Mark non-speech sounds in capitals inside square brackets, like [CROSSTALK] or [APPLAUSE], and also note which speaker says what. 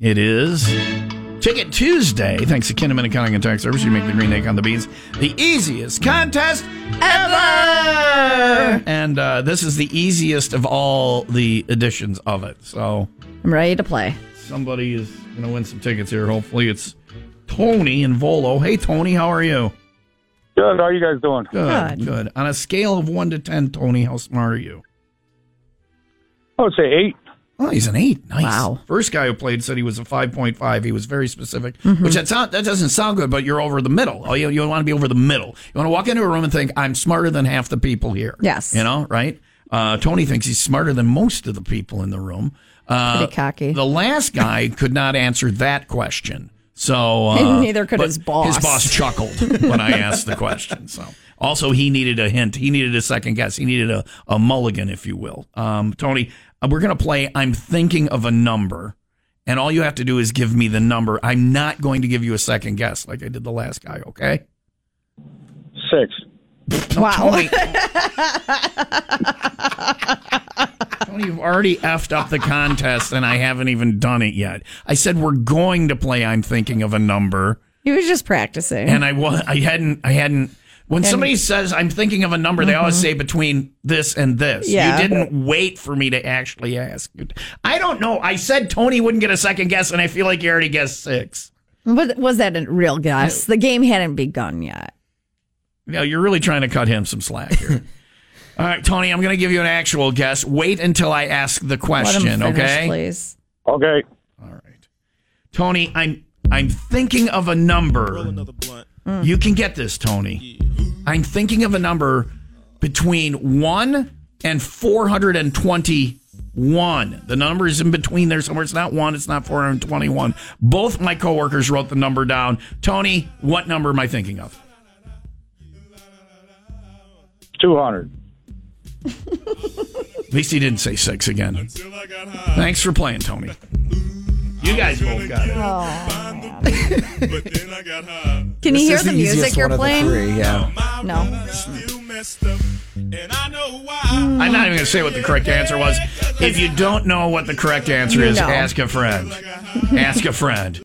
Speaker 1: It is Ticket Tuesday. Thanks to Kinnaman and Cunningham Tax Service, you make the Green Egg on the Beans the easiest contest ever. And uh, this is the easiest of all the editions of it. So
Speaker 2: I'm ready to play.
Speaker 1: somebody is going to win some tickets here. Hopefully, it's Tony in Volo. Hey, Tony, how are you?
Speaker 3: Good. How are you guys doing?
Speaker 1: Good,
Speaker 2: Good.
Speaker 1: good. On a scale of one to ten, Tony, how smart are you?
Speaker 3: I would say eight.
Speaker 1: Oh, he's an eight. Nice.
Speaker 2: Wow.
Speaker 1: First guy who played said he was a five point five. He was very specific,
Speaker 2: Mm-hmm.
Speaker 1: which that sound, that doesn't sound good, but you're over the middle. Oh, you you want to be over the middle. You want to walk into a room and think I'm smarter than half the people here.
Speaker 2: Yes.
Speaker 1: You know, right? Uh, Tony thinks he's smarter than most of the people in the room. Uh,
Speaker 2: Pretty cocky.
Speaker 1: The last guy could not answer that question. So uh,
Speaker 2: Neither could
Speaker 1: but
Speaker 2: his boss.
Speaker 1: His boss chuckled when
Speaker 2: [LAUGHS]
Speaker 1: I asked the question. So also he needed a hint. He needed a second guess. He needed a, a mulligan, if you will. Um, Tony, uh, we're gonna play. I'm thinking of a number, and all you have to do is give me the number. I'm not going to give you a second guess like I did the last guy. Okay.
Speaker 3: Six.
Speaker 2: wow.
Speaker 1: Tony, Tony, you've already effed up the contest, and I haven't even done it yet. I said we're going to play. I'm thinking of a number,
Speaker 2: [LAUGHS] He was just practicing.
Speaker 1: and I was I hadn't I hadn't. When somebody says I'm thinking of a number, they always say between this and this.
Speaker 2: Mm-hmm. Yeah.
Speaker 1: You didn't wait for me to actually ask. I don't know. I said Tony wouldn't get a second guess, and I feel like you already guessed six.
Speaker 2: but was that a real guess? The game hadn't begun yet.
Speaker 1: No, you're really trying to cut him some slack
Speaker 2: [LAUGHS]
Speaker 1: here. All right, Tony, I'm going to give you an actual guess. Wait until I ask the question,
Speaker 2: Let him finish,
Speaker 1: okay?
Speaker 2: Please.
Speaker 3: Okay.
Speaker 1: All right. Tony, I'm I'm thinking of a number. Mm.
Speaker 4: another blunt.
Speaker 1: You can get this, Tony. I'm thinking of a number between 1 and 421. The number is in between there somewhere. It's not 1, it's not 421. Both my coworkers wrote the number down. Tony, what number am I thinking of?
Speaker 3: Two hundred.
Speaker 1: At least he didn't say 6 again.
Speaker 4: Till I got high.
Speaker 1: Thanks for playing, Tony. You guys both got it.
Speaker 4: But then I got high.
Speaker 2: Can you
Speaker 5: This
Speaker 2: hear
Speaker 5: is
Speaker 2: the,
Speaker 5: easiest
Speaker 2: music you're
Speaker 5: one of the
Speaker 2: playing?
Speaker 5: three, yeah.
Speaker 4: My
Speaker 2: No.
Speaker 4: brother got still messed up. And I know why.
Speaker 1: I'm not even going to say what the correct answer was. If you don't know what the correct answer is,
Speaker 2: No.
Speaker 1: ask a friend. Ask a friend.